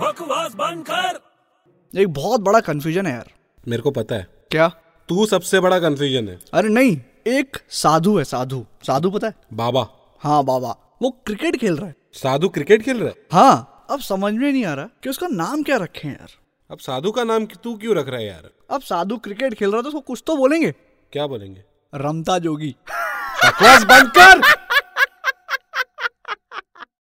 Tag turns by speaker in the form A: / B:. A: बकवास बंद कर
B: एक बहुत बड़ा कंफ्यूजन है यार
C: मेरे को पता है
B: क्या
C: तू सबसे बड़ा कंफ्यूजन है
B: अरे नहीं एक साधु है साधु साधु पता है
C: बाबा
B: हाँ बाबा वो क्रिकेट खेल रहा है
C: साधु क्रिकेट खेल रहा है
B: हाँ अब समझ में नहीं आ रहा कि उसका नाम क्या रखे यार
C: अब साधु का नाम तू क्यों रख रहा है यार
B: अब साधु क्रिकेट खेल रहा है तो उसको कुछ तो बोलेंगे
C: क्या बोलेंगे
B: रमता जोगी
C: बकवास बंद कर